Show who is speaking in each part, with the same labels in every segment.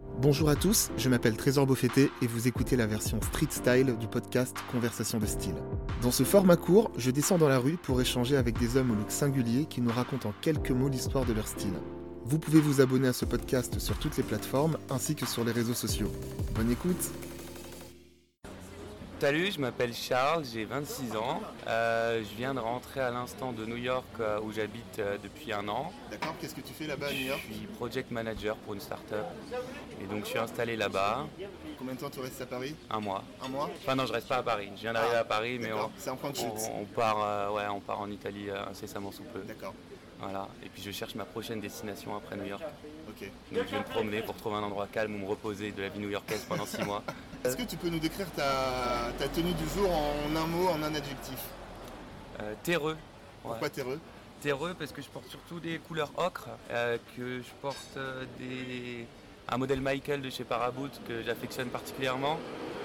Speaker 1: Bonjour à tous, je m'appelle Trésor Beaufetté et vous écoutez la version street style du podcast Conversation de style. Dans ce format court, je descends dans la rue pour échanger avec des hommes au look singulier qui nous racontent en quelques mots l'histoire de leur style. Vous pouvez vous abonner à ce podcast sur toutes les plateformes ainsi que sur les réseaux sociaux. Bonne écoute
Speaker 2: Salut, je m'appelle Charles, j'ai 26 ans. Euh, je viens de rentrer à l'instant de New York euh, où j'habite euh, depuis un an.
Speaker 1: D'accord, qu'est-ce que tu fais là-bas à New
Speaker 2: Je
Speaker 1: York
Speaker 2: suis project manager pour une start-up et donc je suis installé là-bas
Speaker 1: Combien de temps tu restes à Paris
Speaker 2: un mois.
Speaker 1: Un mois
Speaker 2: Enfin non, je reste pas à Paris. Je viens d'arriver à Paris, mais on,
Speaker 1: D'accord, c'est un point de chute.
Speaker 2: on- on part, euh, ouais, on part en Italie euh, incessamment sous peu.
Speaker 1: D'accord,
Speaker 2: Voilà. Et puis je cherche ma prochaine destination après New York.
Speaker 1: ok.
Speaker 2: Donc je vais me promener pour trouver un endroit calme où me reposer de la vie new-yorkaise pendant six mois.
Speaker 1: Est-ce que tu peux nous décrire ta, ta tenue du jour en un mot, en un adjectif
Speaker 2: Euh, terreux. Ouais.
Speaker 1: Pourquoi t'es heureux
Speaker 2: terreux parce que je porte surtout des couleurs ocre, euh, que je porte euh, des... un modèle Michael de chez Paraboot que j'affectionne particulièrement,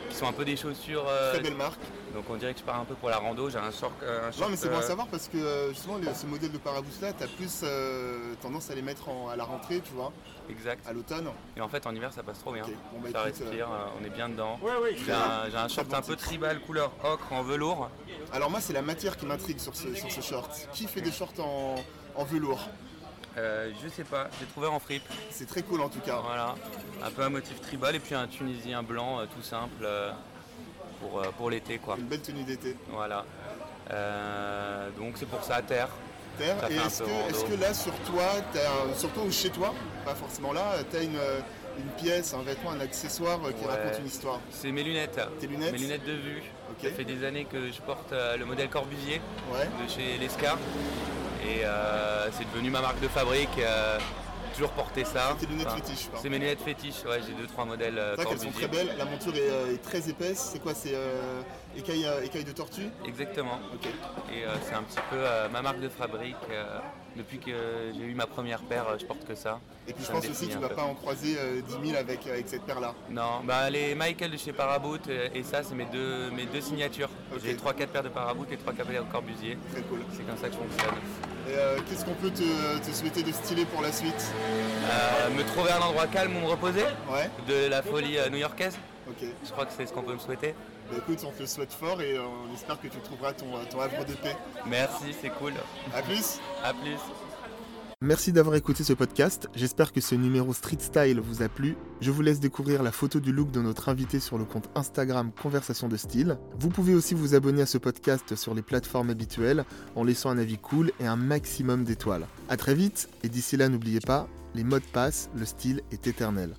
Speaker 2: qui sont un peu des chaussures. euh,
Speaker 1: Très belle marque.
Speaker 2: donc on dirait que je pars un peu pour la rando, j'ai un short. euh, un
Speaker 1: Non
Speaker 2: short,
Speaker 1: mais c'est bon à
Speaker 2: euh,
Speaker 1: savoir parce que euh, justement les- ce modèle de Paraboot là, t'as plus euh, tendance à les mettre en- à la rentrée, tu vois,
Speaker 2: euh, Exact.
Speaker 1: à l'automne.
Speaker 2: Et en fait en hiver ça passe trop bien.
Speaker 1: Ok, Bon bah
Speaker 2: Ça
Speaker 1: écoute, euh,
Speaker 2: respire, euh, on est bien dedans.
Speaker 3: Ouais, ouais.
Speaker 2: J'ai un, j'ai un short
Speaker 1: Très
Speaker 2: un
Speaker 1: bon
Speaker 2: peu
Speaker 1: titre.
Speaker 2: tribal couleur ocre en velours.
Speaker 1: euh, alors moi c'est la matière qui m'intrigue sur ce, sur ce short. Qui fait des shorts en, en velours
Speaker 2: Euh, je sais pas, j'ai trouvé en fripe.
Speaker 1: C'est très cool en tout cas.
Speaker 2: Voilà, un peu un motif tribal et puis un tunisien blanc euh, tout simple euh, pour, euh, pour l'été quoi.
Speaker 1: Une belle tenue d'été.
Speaker 2: Voilà. Euh, donc c'est pour ça, terre.
Speaker 1: Terre,
Speaker 2: Ça
Speaker 1: et
Speaker 2: fait un
Speaker 1: est-ce
Speaker 2: peu
Speaker 1: que,
Speaker 2: rando.
Speaker 1: est-ce que là sur toi, t'as un- sur toi ou chez toi, pas forcément là, t'as une, euh, une pièce, un vêtement, un accessoire euh, qui
Speaker 2: Ouais.
Speaker 1: raconte une histoire
Speaker 2: C'est mes lunettes.
Speaker 1: Tes lunettes
Speaker 2: Mes lunettes de vue.
Speaker 1: Ok.
Speaker 2: Ça fait des années que je porte euh, le modèle Corbusier
Speaker 1: Ouais.
Speaker 2: de chez Lescar. Et euh, c'est devenu ma marque de fabrique. euh, toujours porté ça.
Speaker 1: Tes lunettes
Speaker 2: Enfin,
Speaker 1: fétiches, pardon.
Speaker 2: C'est mes lunettes fétiches. Ouais, j'ai deux trois modèles euh,
Speaker 1: C'est vrai qu'elles
Speaker 2: Corbusier.
Speaker 1: sont très belles, la monture est, euh, est très épaisse, c'est quoi C'est euh, écaille, euh, écaille de tortue
Speaker 2: Exactement.
Speaker 1: Ok.
Speaker 2: Et euh, c'est un petit peu euh, ma marque de fabrique. euh, depuis que j'ai eu ma première paire, euh, je porte que ça.
Speaker 1: Et puis je
Speaker 2: Ça
Speaker 1: pense
Speaker 2: me
Speaker 1: aussi que tu
Speaker 2: définit
Speaker 1: vas
Speaker 2: un peu.
Speaker 1: pas en croiser euh, 10 000 avec, avec cette paire-là.
Speaker 2: Non, bah les Michael de chez Paraboot euh, et ça c'est mes deux mes deux signatures.
Speaker 1: Ok.
Speaker 2: J'ai trois quatre paires de Paraboot et trois quatre paires de Corbusier.
Speaker 1: Très cool.
Speaker 2: C'est comme ça que je fonctionne.
Speaker 1: Et euh, qu'est-ce qu'on peut te, te souhaiter de stylé pour la suite
Speaker 2: Euh, me trouver un endroit calme où me reposer
Speaker 1: Ouais
Speaker 2: de la folie euh, new-yorkaise,
Speaker 1: Ok.
Speaker 2: je crois que c'est ce qu'on peut me souhaiter.
Speaker 1: Bah écoute, on te le souhaite fort et euh, on espère que tu trouveras ton, euh, ton havre de paix.
Speaker 2: Merci, c'est cool.
Speaker 1: A plus
Speaker 2: À plus.
Speaker 1: Merci d'avoir écouté ce podcast, j'espère que ce numéro Street Style vous a plu. Je vous laisse découvrir la photo du look de notre invité sur le compte Instagram Conversation de Style. Vous pouvez aussi vous abonner à ce podcast sur les plateformes habituelles en laissant un avis cool et un maximum d'étoiles. A très vite, et d'ici là n'oubliez pas, les modes passent, le style est éternel.